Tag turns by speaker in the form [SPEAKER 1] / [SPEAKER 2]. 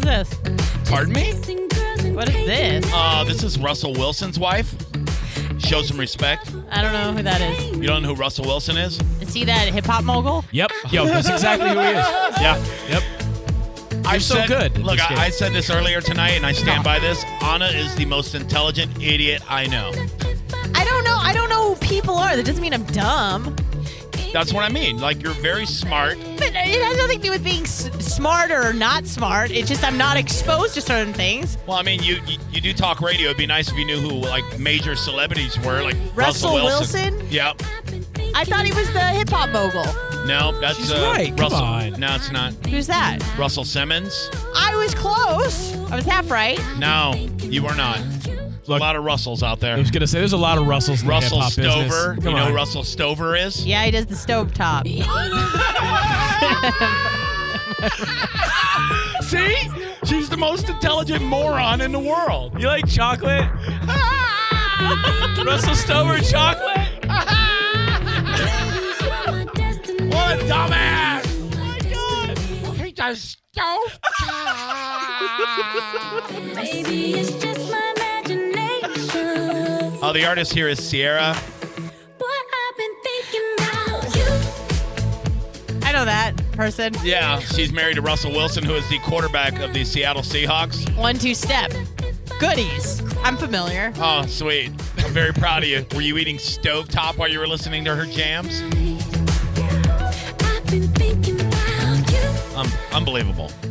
[SPEAKER 1] this?
[SPEAKER 2] Pardon me?
[SPEAKER 1] What is this?
[SPEAKER 2] Uh, this is Russell Wilson's wife. Show some respect.
[SPEAKER 1] I don't know who that is.
[SPEAKER 2] You don't know who Russell Wilson is?
[SPEAKER 1] Is he that hip hop mogul?
[SPEAKER 3] Yep. Yo, that's exactly who he is.
[SPEAKER 2] Yeah.
[SPEAKER 3] Yep.
[SPEAKER 2] I
[SPEAKER 3] You're so good at
[SPEAKER 2] Look,
[SPEAKER 3] this game.
[SPEAKER 2] I, I said this earlier tonight, and I stand by this. Anna is the most intelligent idiot I know.
[SPEAKER 1] I don't know. I don't know who people are. That doesn't mean I'm dumb.
[SPEAKER 2] That's what I mean. Like, you're very smart.
[SPEAKER 1] But it has nothing to do with being s- smart or not smart. It's just I'm not exposed to certain things.
[SPEAKER 2] Well, I mean, you, you you do talk radio. It'd be nice if you knew who like major celebrities were, like Russell,
[SPEAKER 1] Russell
[SPEAKER 2] Wilson.
[SPEAKER 1] Wilson?
[SPEAKER 2] Yep.
[SPEAKER 1] I thought he was the hip hop mogul.
[SPEAKER 2] No, that's
[SPEAKER 3] She's
[SPEAKER 2] uh,
[SPEAKER 3] right. Come
[SPEAKER 2] Russell.
[SPEAKER 3] on.
[SPEAKER 2] No, it's not.
[SPEAKER 1] Who's that?
[SPEAKER 2] Russell Simmons.
[SPEAKER 1] I was close. I was half right.
[SPEAKER 2] No, you are not.
[SPEAKER 3] Look-
[SPEAKER 2] a lot of Russells out there.
[SPEAKER 3] I was gonna say there's a lot of Russells in
[SPEAKER 2] Russell
[SPEAKER 3] the hip-hop business.
[SPEAKER 2] Stover.
[SPEAKER 3] Come
[SPEAKER 2] you know
[SPEAKER 3] on.
[SPEAKER 2] who Russell Stover is?
[SPEAKER 1] Yeah, he does the stove top.
[SPEAKER 2] See? She's the most intelligent moron in the world.
[SPEAKER 3] You like chocolate? Russell Stover chocolate?
[SPEAKER 2] What a dumbass! He just stove
[SPEAKER 4] Maybe it's just my imagination.
[SPEAKER 2] Oh, the artist here is Sierra.
[SPEAKER 4] What I've been thinking about you.
[SPEAKER 1] I know that person.
[SPEAKER 2] Yeah, she's married to Russell Wilson, who is the quarterback of the Seattle Seahawks.
[SPEAKER 1] One two step. Goodies. I'm familiar.
[SPEAKER 2] Oh, sweet. I'm very proud of you. Were you eating stovetop while you were listening to her jams?
[SPEAKER 1] Oh
[SPEAKER 4] I've been thinking about you.
[SPEAKER 2] Um, unbelievable.